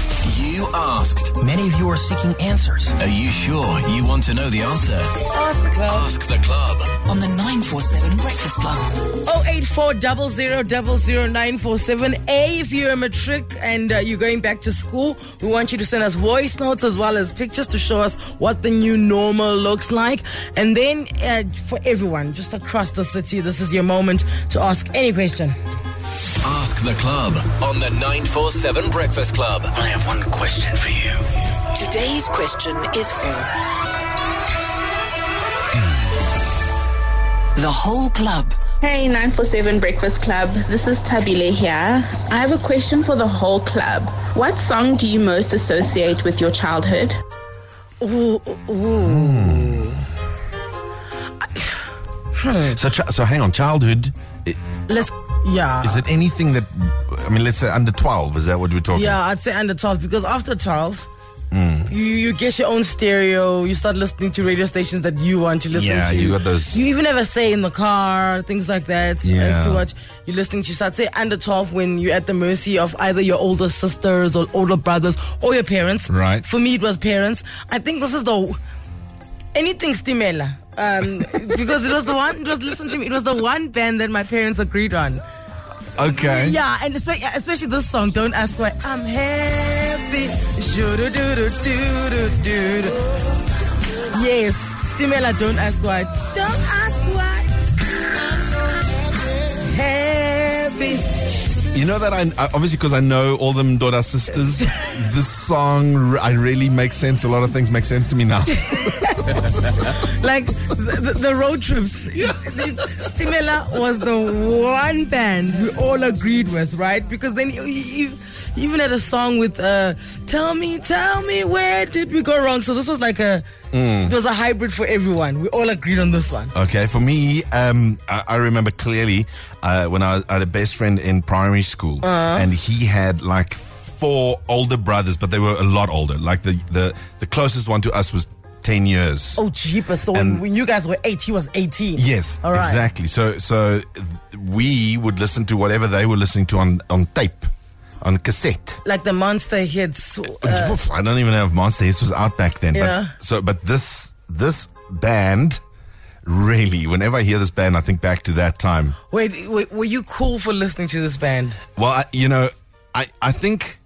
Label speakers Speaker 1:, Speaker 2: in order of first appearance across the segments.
Speaker 1: You asked.
Speaker 2: Many of you are seeking answers.
Speaker 1: Are you sure you want to know the answer?
Speaker 3: Ask the club
Speaker 1: Ask the club.
Speaker 3: on the 947 Breakfast Club.
Speaker 4: 084 947 A if you're a matric and uh, you're going back to school, we want you to send us voice notes as well as pictures to show us what the new normal looks like. And then uh, for everyone, just across the city, this is your moment to ask any question.
Speaker 1: Ask the club on the 947 Breakfast Club.
Speaker 2: I have one question for you.
Speaker 3: Today's question is for the whole club.
Speaker 5: Hey, 947 Breakfast Club. This is Tabile here. I have a question for the whole club. What song do you most associate with your childhood?
Speaker 4: Ooh, ooh, ooh.
Speaker 6: So, ch- so hang on. Childhood i-
Speaker 4: Let's, yeah.
Speaker 6: is it anything that I mean? Let's say under twelve. Is that what we're talking?
Speaker 4: Yeah, I'd say under 12 because after 12, you, you get your own stereo, you start listening to radio stations that you want to listen
Speaker 6: Yeah,
Speaker 4: to.
Speaker 6: you got those-
Speaker 4: You even have a say in the car, things like that. I used to
Speaker 6: Yeah.
Speaker 4: watch, you're listening to, so I'd say under 12 when you're at the mercy of either your older sisters or older brothers or your parents.
Speaker 6: Right.
Speaker 4: For me, it was parents. I think this is the anything Stimela. Um, because it was the one, it was, listen to me, it was the one band that my parents agreed on.
Speaker 6: Okay.
Speaker 4: Yeah, and especially, especially this song, Don't Ask Why. I'm happy. Shoo-doo-doo-doo-doo-doo-doo. Yes, Stimela, Don't Ask Why. Don't ask why. Happy.
Speaker 6: You know that I I- obviously because I know all them Doda sisters. this song, r- I really makes sense. A lot of things make sense to me now.
Speaker 4: Like the, the, the road trips. Stimela was the one band we all agreed with, right? Because then you, you, you even had a song with uh, "Tell me, tell me, where did we go wrong?" So this was like a
Speaker 6: Mm.
Speaker 4: it was a hybrid for everyone. We all agreed on this one.
Speaker 6: Okay, for me, um, I, I remember clearly uh, when I, was, I had a best friend in primary school,
Speaker 2: Uh-huh.
Speaker 6: and he had like four older brothers, but they were a lot older. Like the the, the closest one to us was ten years.
Speaker 4: Oh, jeepers! So when,
Speaker 6: And-
Speaker 4: when you guys were eight, he was eighteen.
Speaker 6: Yes,
Speaker 4: All right.
Speaker 6: exactly. So so th- we would listen to whatever they were listening to on on tape, on cassette.
Speaker 4: Like the monster hits. Uh,
Speaker 6: Oof, I don't even have Monster Hits was out back then.
Speaker 4: Yeah.
Speaker 6: But, so, but this this band, really, whenever I hear this band, I think back to that time.
Speaker 4: wait, wait, were you cool for listening to this band?
Speaker 6: Well, I, you know, I I think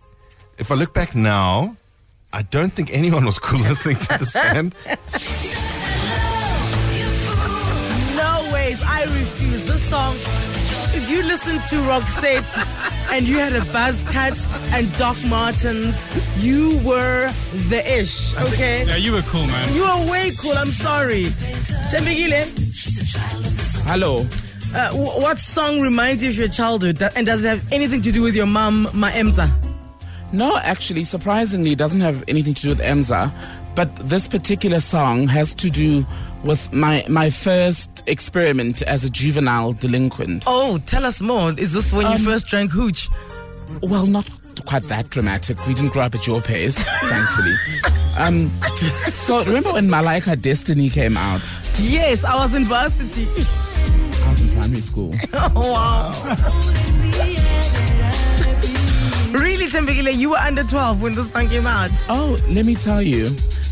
Speaker 6: if I look back now, I don't think anyone was cool listening to this band.
Speaker 4: No ways, I refuse. This song, if you listen to Roxette and you had a buzz cut and Doc Martens, you were the ish, okay?
Speaker 7: Yeah, you were cool, man.
Speaker 4: You are way cool, I'm sorry. Tembegile,
Speaker 7: Hello.
Speaker 4: uh, w- what song reminds you of your childhood that, and doesn't have anything to do with your mom, Maemza?
Speaker 7: No, actually, surprisingly, it doesn't have anything to do with Emza, but this particular song has to do with my my first experiment as a juvenile delinquent.
Speaker 4: Oh, tell us more. Is this when you
Speaker 7: Um,
Speaker 4: first drank hooch?
Speaker 7: Well, not quite that dramatic. We didn't grow up at your pace, thankfully. Um, so remember when Malaika Destiny came out?
Speaker 4: Yes, I was in varsity.
Speaker 7: I was in primary school.
Speaker 4: really, Tembegile, you were under 12 when this song came out.
Speaker 7: Oh, let me tell you.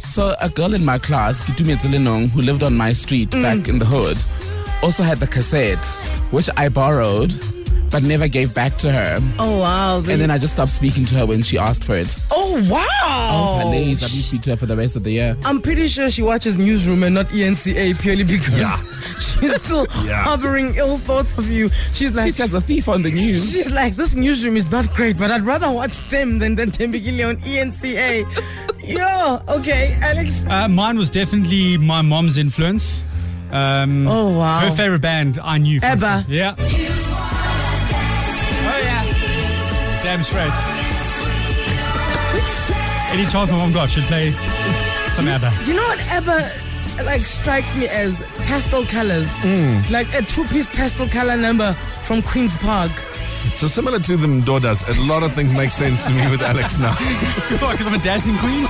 Speaker 7: So a girl in my class, Kitumi Zilinong, who lived on my street back in the hood, also had the cassette, which I borrowed but never gave back to her.
Speaker 4: Oh, wow.
Speaker 7: And then I just stopped speaking to her when she asked for it.
Speaker 4: Oh wow!
Speaker 7: Her names, I didn't speak to her for the rest of the year.
Speaker 4: I'm pretty sure she watches Newsroom and not E ENCA purely because
Speaker 6: Yeah.
Speaker 4: she's still
Speaker 6: Yeah.
Speaker 4: harboring ill thoughts of you. She's like,
Speaker 7: She says a thief on the news.
Speaker 4: she's like, this newsroom is not great, but I'd rather watch them than than Tembigile on E ENCA. Yo, okay, Alex.
Speaker 8: Uh, mine was definitely my mom's influence. Um,
Speaker 4: Oh, wow.
Speaker 8: Her favorite band I knew. from-
Speaker 4: Abba.
Speaker 8: Yeah. Oh yeah. Damn straight. Any chance my mom got should play some ABBA.
Speaker 4: Do you know what ever like strikes me as pastel colors? Like a two-piece pastel color number from Queens Park.
Speaker 6: So similar to them Dodas, a lot of things make sense to me with Alex now.
Speaker 8: Because I'm a dancing queen.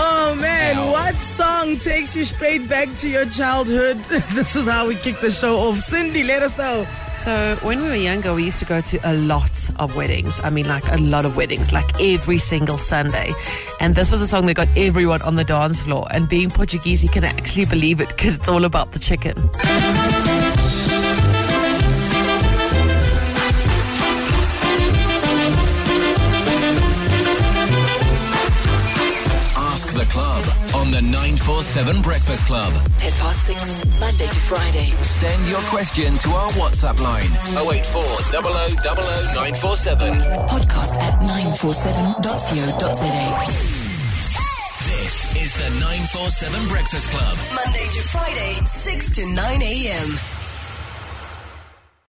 Speaker 4: Oh man, what song takes you straight back to your childhood? this is how we kick the show off. Cindy, let us know.
Speaker 9: So when we were younger, we used to go to a lot of weddings. I mean, like a lot of weddings, like every single Sunday. And this was a song that got everyone on the dance floor. And being Portuguese, you can actually believe it because it's all about the chicken.
Speaker 1: Ask the club on the 947 Breakfast Club.
Speaker 3: 10 past 6, Monday to Friday.
Speaker 1: Send your question to our WhatsApp line 084 0000 947.
Speaker 3: Podcast at 947.co.za.
Speaker 1: This is the 947 Breakfast Club.
Speaker 3: Monday to Friday, 6 to 9 a.m.